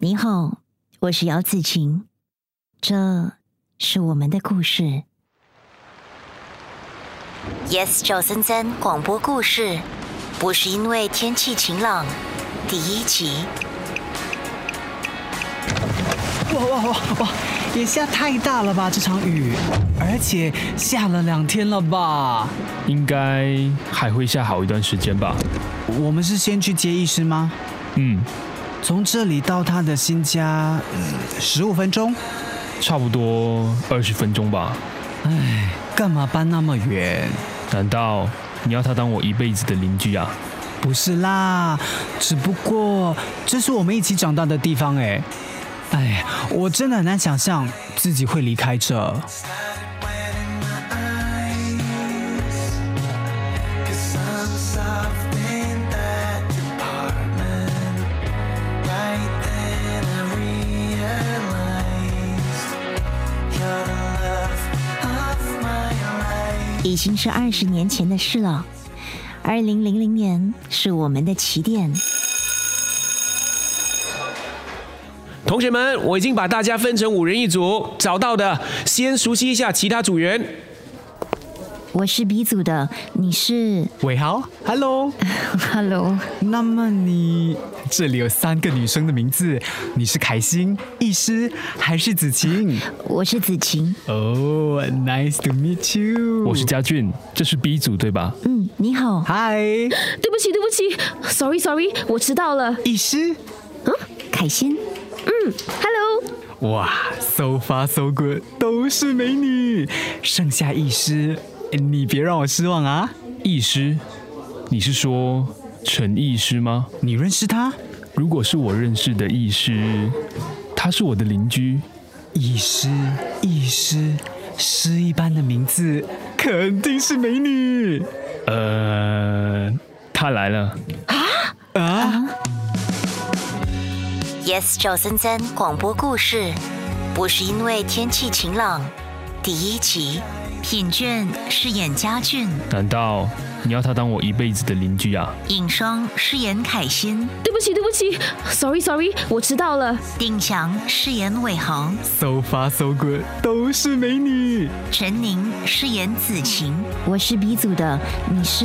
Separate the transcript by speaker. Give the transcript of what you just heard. Speaker 1: 你好，我是姚子晴，这是我们的故事。
Speaker 2: Yes，赵森森广播故事，不是因为天气晴朗，第一集。
Speaker 3: 哇哇哇哇！也下太大了吧，这场雨，而且下了两天了吧？
Speaker 4: 应该还会下好一段时间吧。
Speaker 3: 我们是先去接医师吗？
Speaker 4: 嗯，
Speaker 3: 从这里到他的新家，嗯十五分钟。
Speaker 4: 差不多二十分钟吧。
Speaker 3: 唉，干嘛搬那么远？
Speaker 4: 难道你要他当我一辈子的邻居啊？
Speaker 3: 不是啦，只不过这是我们一起长大的地方哎。哎，我真的很难想象自己会离开这。
Speaker 1: 已经是二十年前的事了。二零零零年是我们的起点。
Speaker 5: 同学们，我已经把大家分成五人一组，找到的先熟悉一下其他组员。
Speaker 1: 我是 B 组的，你是
Speaker 3: 伟豪，Hello。
Speaker 1: ？Hello，
Speaker 3: 那么你这里有三个女生的名字，你是凯欣、艺师还是子晴？
Speaker 1: 我是子晴。
Speaker 3: 哦、n i c e to meet you。
Speaker 4: 我是嘉俊，这是 B 组对吧？
Speaker 1: 嗯，你好。
Speaker 3: 嗨，
Speaker 6: 对不起，对不起，sorry sorry，我迟到了。
Speaker 3: 艺师。
Speaker 1: 凯欣，
Speaker 6: Hello，
Speaker 3: 哇，so far so good，都是美女，剩下艺师，你别让我失望啊！
Speaker 4: 医师，你是说陈医师吗？
Speaker 3: 你认识他？
Speaker 4: 如果是我认识的医师，他是我的邻居，
Speaker 3: 医师，医师，诗一般的名字，肯定是美女
Speaker 4: 呃，他来了。
Speaker 3: 啊！
Speaker 2: Yes，赵森森广播故事，不是因为天气晴朗，第一集。品卷饰演家俊，
Speaker 4: 难道你要他当我一辈子的邻居啊？
Speaker 2: 尹双饰演凯欣，
Speaker 6: 对不起，对不起，sorry sorry，我迟到了。
Speaker 2: 定强饰演伟豪，
Speaker 3: So far so good，都是美女。
Speaker 2: 陈宁饰演子晴。
Speaker 1: 我是 B 组的，你是